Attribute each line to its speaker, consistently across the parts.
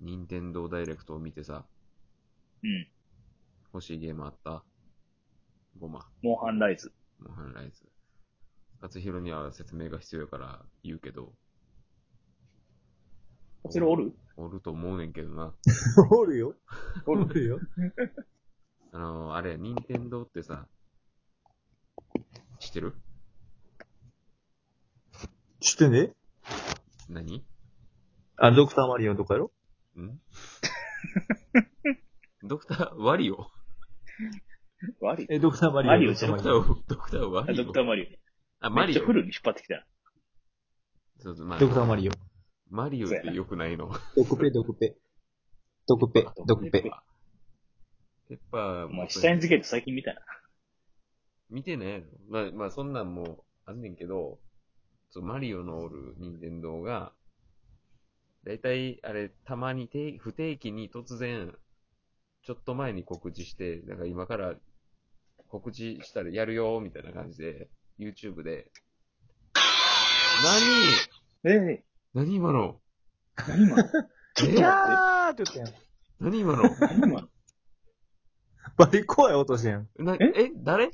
Speaker 1: 任天堂ダイレクトを見てさ、
Speaker 2: うん。
Speaker 1: 欲しいゲームあったゴマ、
Speaker 2: モンハンライズ。
Speaker 1: モンハンライズ。勝弘には説明が必要やから言うけど、
Speaker 2: こちらおる
Speaker 1: おると思うねんけどな。
Speaker 3: おるよ。
Speaker 2: おる。
Speaker 3: るよ。
Speaker 1: あのー、あれや、任天堂ってさ、知ってる
Speaker 3: してね。
Speaker 1: 何
Speaker 3: あれ、ドクターマリオのとかやろ
Speaker 1: んドクター、ワリオ
Speaker 2: 悪い。
Speaker 3: え、ドクターマリオ。
Speaker 2: マリオ
Speaker 3: ドクター
Speaker 1: ドクター、ドクターワ
Speaker 2: あ
Speaker 1: リ
Speaker 2: ド
Speaker 1: オ
Speaker 2: クターマリオ。
Speaker 1: あ、マ
Speaker 2: めっち
Speaker 1: リ
Speaker 2: ゃ
Speaker 1: オ
Speaker 2: フルに引っ張ってきたな。
Speaker 1: そうそう、まあ
Speaker 3: ドクターマリオ。
Speaker 1: マリオって良くないの。
Speaker 3: ドクペ、ドクペ。ドクペ、ドクペ。
Speaker 1: ペッパー
Speaker 2: お前、
Speaker 1: も
Speaker 2: 下に付けて最近見たな。
Speaker 1: 見てねまあ、まあ、そんなんもあんねんけど、そう、マリオのおる任天堂が、だいたい、あれ、たまに定不定期に突然、ちょっと前に告知して、なんか今から告知したらやるよ、みたいな感じで、YouTube で。
Speaker 2: ええ
Speaker 1: 何何今の
Speaker 2: 何今の
Speaker 1: え
Speaker 2: ちょっ
Speaker 3: ャーって言ったやん。
Speaker 1: 何今の
Speaker 2: 何今の
Speaker 3: バリ怖い音してん。
Speaker 1: な
Speaker 2: え
Speaker 1: え誰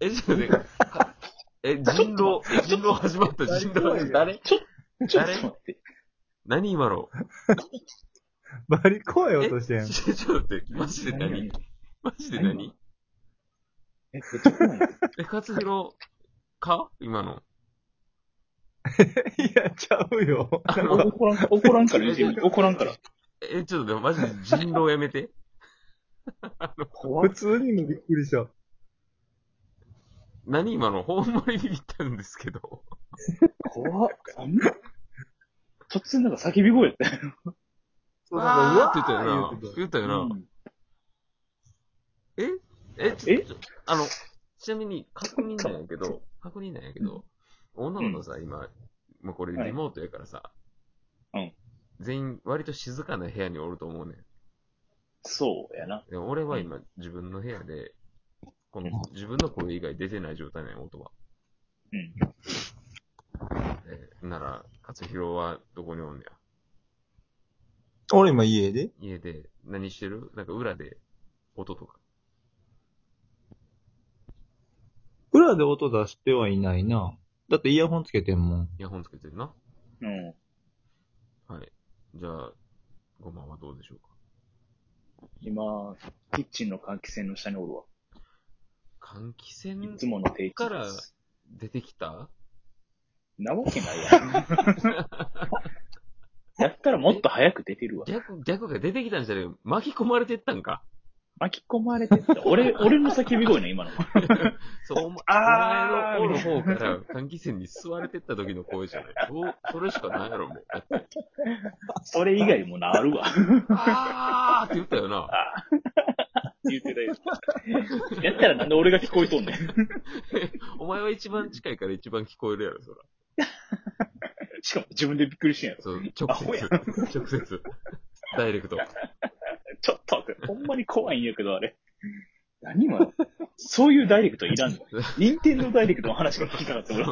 Speaker 1: え、ちょっとね、はえ、人狼、え人狼始まった、人狼始まった。誰
Speaker 2: ちょっと待って。
Speaker 1: 何今の
Speaker 3: バリ怖い
Speaker 1: え
Speaker 3: 音してん。
Speaker 1: ちょちょっと待って、マジで何
Speaker 2: 今
Speaker 1: マジで
Speaker 2: 何
Speaker 1: 何
Speaker 2: 今え、めっちゃ怖いな。
Speaker 1: え、勝弘か今 の。
Speaker 3: いや、ちゃうよ。
Speaker 1: あ
Speaker 2: お
Speaker 1: の、
Speaker 2: 怒らん、怒らんから見てみる。怒らんから。
Speaker 1: え、ちょっとでもマジで人狼やめて。
Speaker 2: 怖
Speaker 3: 普
Speaker 2: っ。
Speaker 3: 通にもびっくりした。
Speaker 1: 何今のほんまにビビったんですけど。
Speaker 2: 怖っ。あんな突然なんか叫び声やったよ。
Speaker 3: そう
Speaker 1: わー
Speaker 3: な
Speaker 1: って言
Speaker 3: ん
Speaker 1: ったよ
Speaker 3: かうわ
Speaker 1: な
Speaker 3: ー言う。て
Speaker 1: 言ったよな。
Speaker 2: うん
Speaker 1: ええちょ
Speaker 2: え
Speaker 1: ちょあの、ちなみに確認なんやけど、確認なんやけど、女の子さ、今、もうこれ
Speaker 2: はい
Speaker 1: リモートやからさ、
Speaker 2: うん
Speaker 1: 全員割と静かな部屋におると思うね
Speaker 2: そうやな。
Speaker 1: ん。で俺は今自分の部屋で、この自分の声以外出てない状態なんや、音は。
Speaker 2: うん。
Speaker 1: えなら、勝弘はどこにおんねや。
Speaker 3: た俺今家で
Speaker 1: 家で何してるなんか裏で音とか。
Speaker 3: 裏で音出してはいないな。だってイヤホンつけてんもん。
Speaker 1: イヤホンつけてるな。
Speaker 2: うん。
Speaker 1: はい。じゃあ、ごまはどうでしょうか。
Speaker 2: 今、キッチンの換気扇の下におるわ。
Speaker 1: 換気扇
Speaker 2: いつもの定期
Speaker 1: から出てきた
Speaker 2: なわけないやん。 やったらもっと早く出てるわ。
Speaker 1: 逆、逆が出てきたんじゃねえよ巻き込まれてったんか。
Speaker 2: 巻き込まれてった。俺、俺の叫び声な、今の。
Speaker 1: そう、お前
Speaker 2: あー
Speaker 1: お前の方から換気扇に吸われてった時の声じゃない。おそれしかないやろ、もう。
Speaker 2: それ以外もな るわ。
Speaker 1: あーって言ったよな。
Speaker 2: 言ってたよ。やったらなんで俺が聞こえとんねん。
Speaker 1: お前は一番近いから一番聞こえるやろ、そら。
Speaker 2: しかも自分でびっくりしてんやろ。
Speaker 1: そう、
Speaker 2: ア
Speaker 1: 直
Speaker 2: ホや
Speaker 1: 接。直接。ダイレクト。
Speaker 2: ちょっと待って、ほんまに怖いんやけど、あれ。何今のそういうダイレクトいらんの。任天堂ダイレクトの話が聞きたかった俺。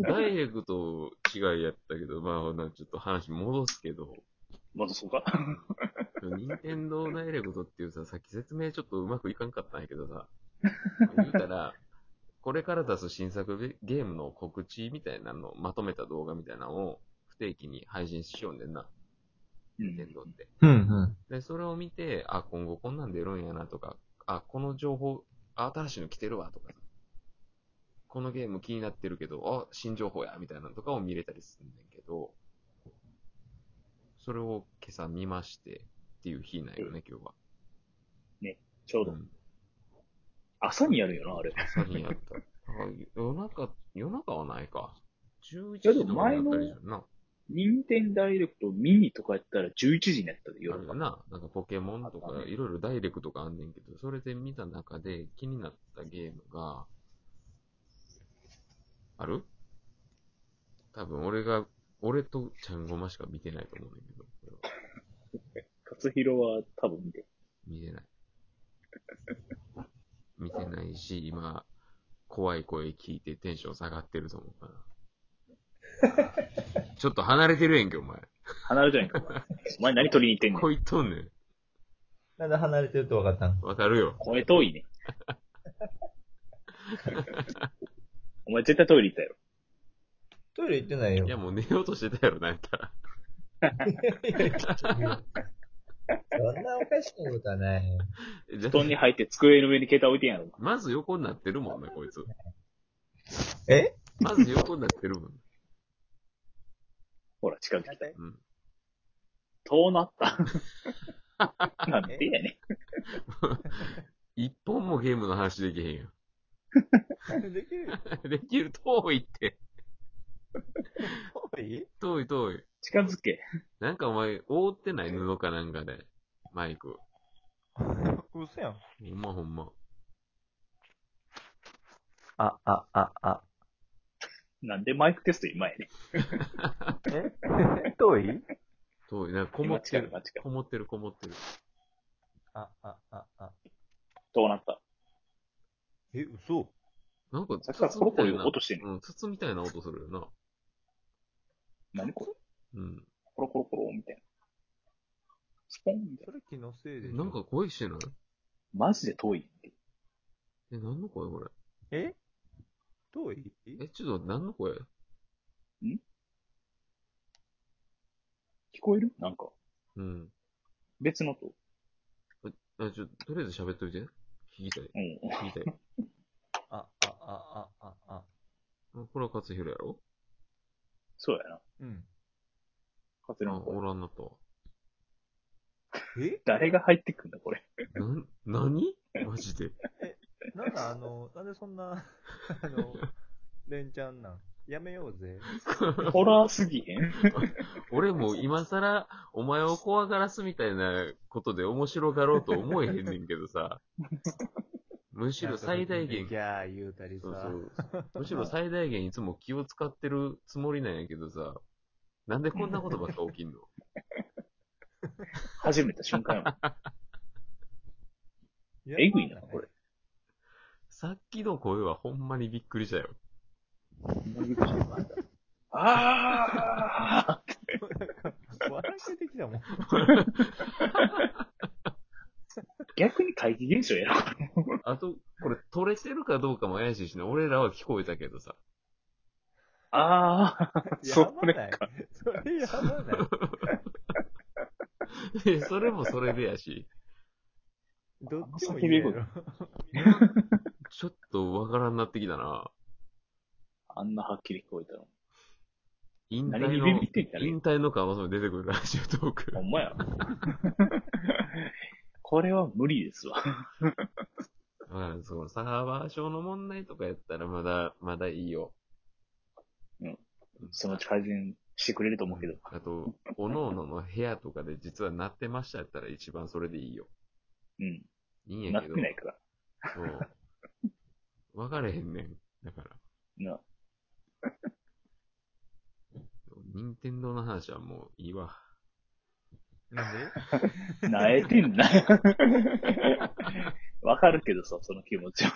Speaker 1: ダイレクト違いやったけど、まあほな、ちょっと話戻すけど、
Speaker 2: まずそうか。
Speaker 1: 任天堂ダイレクトっていうさ、さっき説明ちょっとうまくいかんかったんやけどさ、言うたら、これから出す新作ゲゲームの告知みたいなのをまとめた動画みたいなのを不定期に配信しようねんな、
Speaker 2: う
Speaker 1: 任
Speaker 2: ん
Speaker 1: 天堂って。
Speaker 3: うんうん。
Speaker 1: で、それを見て、あ、今後こんなん出るんやなとか、あ、この情報、あ新しいの来てるわとか、このゲーム気になってるけど、あ、新情報やみたいなのとかを見れたりするんだけど、それを今朝見ましてっていう日なんよね、今日は。
Speaker 2: ちょう
Speaker 1: う
Speaker 2: ど
Speaker 1: ん、
Speaker 2: 朝にやるよな、あれ。
Speaker 1: 朝にやった。だから夜中、夜中はないか。11
Speaker 2: いやで
Speaker 1: 時と
Speaker 2: も
Speaker 1: かに
Speaker 2: 前
Speaker 1: やっ
Speaker 2: の
Speaker 1: たりじゃんな。
Speaker 2: 任天堂ダイレクトミニとかやったら11時になったで、
Speaker 1: あ
Speaker 2: 夜
Speaker 1: れ
Speaker 2: か
Speaker 1: や。な、なんかポケモンと
Speaker 2: あった
Speaker 1: か、
Speaker 2: ね
Speaker 1: いろいろダイレクトがあんねんけど、それで見た中で気になったゲームが、ある多分俺が、俺とちゃんごましか見てないと思うんだけど、これは
Speaker 2: 勝弘は多分見て。
Speaker 1: 見てない。見てないし、今、怖い声聞いてテンション下がってると思うから。ちょっと離れてるやんけ、お前。
Speaker 2: 離れてないか。お前何取りに行ってんね
Speaker 1: こ
Speaker 2: ん。
Speaker 1: いっとんねん。
Speaker 3: なんで離れてると分かったん
Speaker 1: わかるよ。
Speaker 2: 声遠いね。お前絶対トイレ行ったやろ。
Speaker 3: トイレ行ってないよ。
Speaker 1: いや、もう寝ようとしてたやろ、なんか。
Speaker 3: いやいやそんなおかしいことはない。
Speaker 1: じゃ
Speaker 2: 布団に入って机の上に携帯置いてんやろ。
Speaker 1: まず横になってるもんね、こいつ。
Speaker 3: え
Speaker 1: まず横になってるもん。
Speaker 2: ほら、近づきたい。
Speaker 1: うん。
Speaker 2: 遠なった。なんでやね
Speaker 1: 一本もゲームの話できへんや
Speaker 3: できるよ。
Speaker 1: ん。 できる、遠いって。
Speaker 3: 遠い
Speaker 1: 遠い遠い。
Speaker 2: ん。近づけ。
Speaker 1: なんかお前、覆ってない布かなんかで。マイク。
Speaker 3: 嘘やん。
Speaker 1: ほんまほんま。
Speaker 3: あ、あ、あ、あ。
Speaker 2: なんでマイクテスト今やね
Speaker 3: え遠い
Speaker 1: 遠い。なんかこ
Speaker 2: ん。
Speaker 1: も
Speaker 2: 今
Speaker 1: って
Speaker 2: 近く、
Speaker 1: る。
Speaker 2: 今近く。
Speaker 1: こもってる、こもってる。
Speaker 3: あ、あ、あ、あ。
Speaker 2: 遠なった。
Speaker 3: え、嘘
Speaker 1: なんか、
Speaker 2: さっきから
Speaker 1: 筒
Speaker 2: コロ
Speaker 1: み
Speaker 2: コ
Speaker 1: たい
Speaker 2: ロ
Speaker 1: な
Speaker 2: 音してんねん。
Speaker 1: うん、筒みたいな音するよな。
Speaker 2: 何これ
Speaker 1: うん。
Speaker 2: コロコロコロみたいな。スポンみたい
Speaker 3: それ気のせいでしょ。
Speaker 1: なんか声してない
Speaker 2: な。マジで遠いって。
Speaker 1: え、何の声これ
Speaker 3: え遠い
Speaker 1: え、ちょっと何の声
Speaker 2: 聞こえるなんか、
Speaker 1: うん。
Speaker 2: 別の音。
Speaker 1: あ、ちょ、とりあえず喋っといて。聞きたい。
Speaker 2: うん。
Speaker 1: 聞きたい。
Speaker 3: あ、あ、あ、あ、あ、あ。
Speaker 1: あこれは勝弘やろ
Speaker 2: そうやな。
Speaker 3: うん。
Speaker 2: カツラ
Speaker 1: あ、
Speaker 2: の声
Speaker 1: おらんなったわ。
Speaker 3: え
Speaker 2: 誰が入ってくんだ、これ。
Speaker 1: なん、何マジで。
Speaker 3: なんだあ の、なんでそんな、あの、レンちゃんなんやめようぜ。
Speaker 2: ホラーすぎへん。
Speaker 1: 俺も今更、お前を怖がらすみたいなことで面白がろうと思えへんねんけどさ。むしろ最大限
Speaker 3: ギ、ャー言うたりさ。
Speaker 1: そうそう。むしろ最大限いつも気を使ってるつもりなんやけどさ。なんでこんなことばっか起き んの
Speaker 2: 初めて瞬間やもん
Speaker 3: やば
Speaker 2: えぐいな、これ。
Speaker 1: さっきの声はほんまにびっくりしたよ。
Speaker 2: ああ
Speaker 3: 笑い出てきたもん。
Speaker 2: 逆に怪奇現象やろ。
Speaker 1: あと、これ、取れてるかどうかも怪しいしね、俺らは聞こえたけどさ。
Speaker 2: ああそ
Speaker 3: やば
Speaker 2: れ
Speaker 3: ない
Speaker 2: か。。
Speaker 3: それやば ない。
Speaker 1: えそれもそれでやし、
Speaker 3: どっちも言えろ。
Speaker 1: ちょっとわからんなってきたな。
Speaker 2: あんなはっきり聞こえたの。
Speaker 1: 引退
Speaker 2: 何に
Speaker 1: の
Speaker 2: ビビってんだ、ね
Speaker 1: 引退の川遊び出てくるラジオトーク
Speaker 2: ほ。んまや。これは無理ですわ。
Speaker 1: うん、そのサーバー上の問題とかやったらまだ、まだいいよ。
Speaker 2: うん。そのうち改善してくれると思うけど。
Speaker 1: あと、おのおのの部屋とかで実は鳴ってましたやったら一番それでいいよ。
Speaker 2: うん。
Speaker 1: いいんや
Speaker 2: なっ
Speaker 1: け
Speaker 2: て
Speaker 1: ど。
Speaker 2: ないから。
Speaker 1: そう。わかれへんねん。だから。
Speaker 2: な
Speaker 1: 任天堂の話はもういいわ。
Speaker 3: なんで
Speaker 2: なえてんな。わかるけどさ、その気持ちは。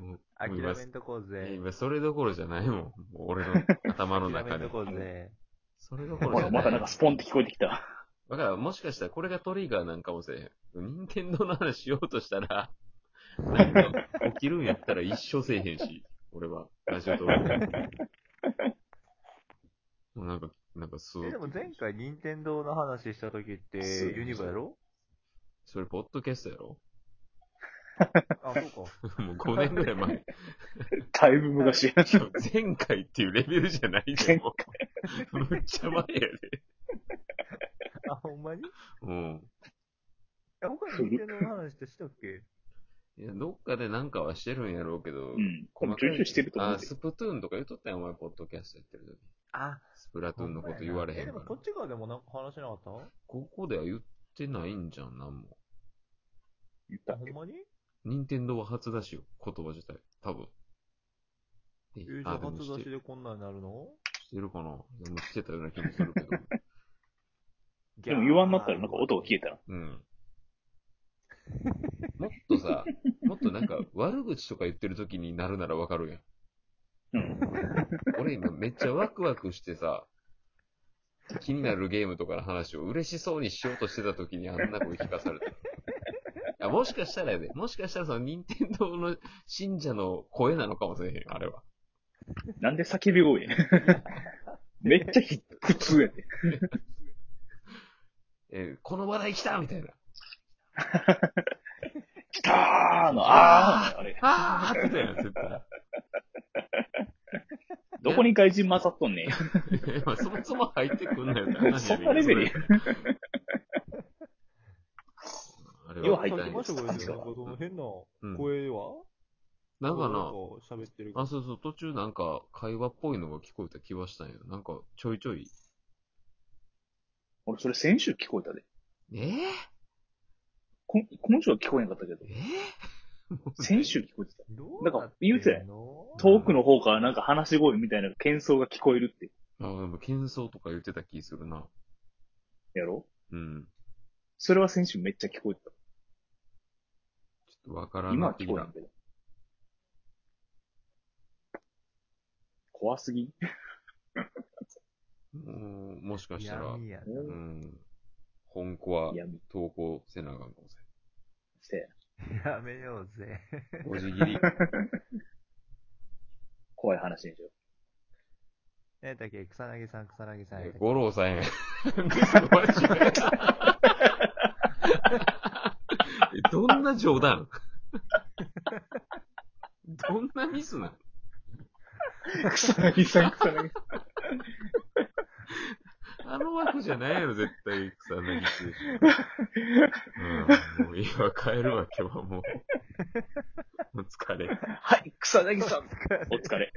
Speaker 1: もう
Speaker 3: 諦
Speaker 1: もう今
Speaker 3: めんとこ
Speaker 1: い
Speaker 3: う
Speaker 1: や
Speaker 3: ぜ。
Speaker 1: 今それどころじゃないもん。もう俺の頭の
Speaker 3: 諦め
Speaker 1: 中
Speaker 3: ん
Speaker 1: で
Speaker 3: と。こうぜ。
Speaker 1: それどこ
Speaker 2: ほ
Speaker 1: ろじ
Speaker 2: ら、
Speaker 1: ゃな
Speaker 2: ま
Speaker 1: い。
Speaker 2: たなんかスポンって聞こえてきた。
Speaker 1: だからもしかしたらこれがトリガーなんかもしれへん。任天堂の話しようとしたら、なんか起きるんやったら一生せえへんし、俺は。ラジオト ークで。もうなんか、なんかそう
Speaker 3: え、、でも前回、任天堂の話した時って、
Speaker 2: そう
Speaker 3: ユニバやろ
Speaker 1: それポッドキャストやろ
Speaker 3: あ、そうか。
Speaker 1: もう5年ぐらい前。
Speaker 2: だいぶ昔やな。
Speaker 1: 前回っていうレベルじゃないでもう。むっちゃ前やで。
Speaker 3: あ、ほんまに
Speaker 1: うん。
Speaker 3: え、他に任天堂の話ってしたっけ
Speaker 1: いや、どっかでなんかはしてるんやろうけど、
Speaker 2: うん。でもちょいちょいしてると思う
Speaker 1: あ、
Speaker 2: で。
Speaker 1: スプトゥーンとか言っとったやん、お前、ポッドキャストやってる時。
Speaker 3: あ、
Speaker 1: スプラトゥーンのこと言われへ
Speaker 3: え、
Speaker 1: ん
Speaker 3: で
Speaker 1: か
Speaker 3: も
Speaker 1: ら。
Speaker 3: こっち側でもなんか話しなかった
Speaker 1: ここでは言ってないんじゃん、なんも。
Speaker 2: 言った
Speaker 3: あほんまに
Speaker 1: 任天堂は初出しよ、言葉自体。多分。え
Speaker 3: え、じゃ
Speaker 1: あ、
Speaker 3: あ
Speaker 1: で
Speaker 3: 初
Speaker 1: もし
Speaker 3: 出
Speaker 1: て
Speaker 3: し
Speaker 1: し
Speaker 3: でこんなんなるの
Speaker 1: てるかな。でもしてたような気もするけど。
Speaker 2: でも言わんなったらなんか音が消えたら。
Speaker 1: うん。もっとさ、もっとなんか悪口とか言ってる時になるならわかるやん。
Speaker 2: うん。
Speaker 1: 俺今めっちゃワクワクしてさ、気になるゲームとかの話を嬉しそうにしようとしてた時にあんな声聞かされた。いやもしかしたらやで、もしかしたらその任天堂の信者の声なのかもしれへん、あれは。
Speaker 2: なんで叫び声 めっちゃひ苦痛やで。
Speaker 1: えーこの話題来たみたいな。
Speaker 2: きたーの、あーのあれ。
Speaker 1: あ ーって言ったやん、絶対。
Speaker 2: どこに外人混ざっとんねん。
Speaker 1: い やまあそもそも入ってくんないよって話やけど
Speaker 2: そんなレベルや
Speaker 1: あれは
Speaker 2: よう入っ
Speaker 3: さ
Speaker 2: て
Speaker 3: っき
Speaker 2: る
Speaker 3: 場所が言ってたなんか
Speaker 2: 確
Speaker 3: その変な
Speaker 1: うん
Speaker 3: 声は、
Speaker 1: なんかな、
Speaker 3: 喋ってるけど
Speaker 1: あ、そうそう、途中なんか会話っぽいのが聞こえた気はしたんや。なんかちょいちょい。
Speaker 2: 俺、それ先週聞こえたで。
Speaker 1: えー、
Speaker 2: こん今週は聞こえなかったけど
Speaker 1: え、ー、も う
Speaker 2: 先週聞こえてた。
Speaker 3: ど
Speaker 2: なんか言うてたやん
Speaker 3: の
Speaker 2: 遠くの方からなんか話し声みたいな喧騒が聞こえるって。
Speaker 1: あ、でも、喧騒とか言ってた気するな。
Speaker 2: やろ
Speaker 1: うん。
Speaker 2: それは先週めっちゃ聞こえて
Speaker 1: ちょっとわか
Speaker 2: た。
Speaker 1: らん
Speaker 2: 今
Speaker 1: な
Speaker 2: は
Speaker 1: って
Speaker 2: 聞
Speaker 1: き
Speaker 2: こえな
Speaker 1: た
Speaker 2: い。けど。怖すぎん
Speaker 1: うんもしかしたら、
Speaker 3: 闇や
Speaker 1: う
Speaker 3: な。
Speaker 1: ん。本コア
Speaker 2: 闇。
Speaker 1: 投稿せなあかんかもし
Speaker 2: して、
Speaker 3: やめようぜ。
Speaker 1: れん。おじ ぎり。
Speaker 2: 怖い話でしょ。
Speaker 3: 何やったっけ草薙さん、草薙さんやったっけ。
Speaker 1: 五郎さんや。えどんな冗談どんなミスなん
Speaker 2: 草薙さん、草薙さん。
Speaker 1: あの枠じゃないよ、絶対、草薙剛。うん、もういいわ、帰るわ、今日はもう。お疲れ。
Speaker 2: はい、草薙さん。お疲れ。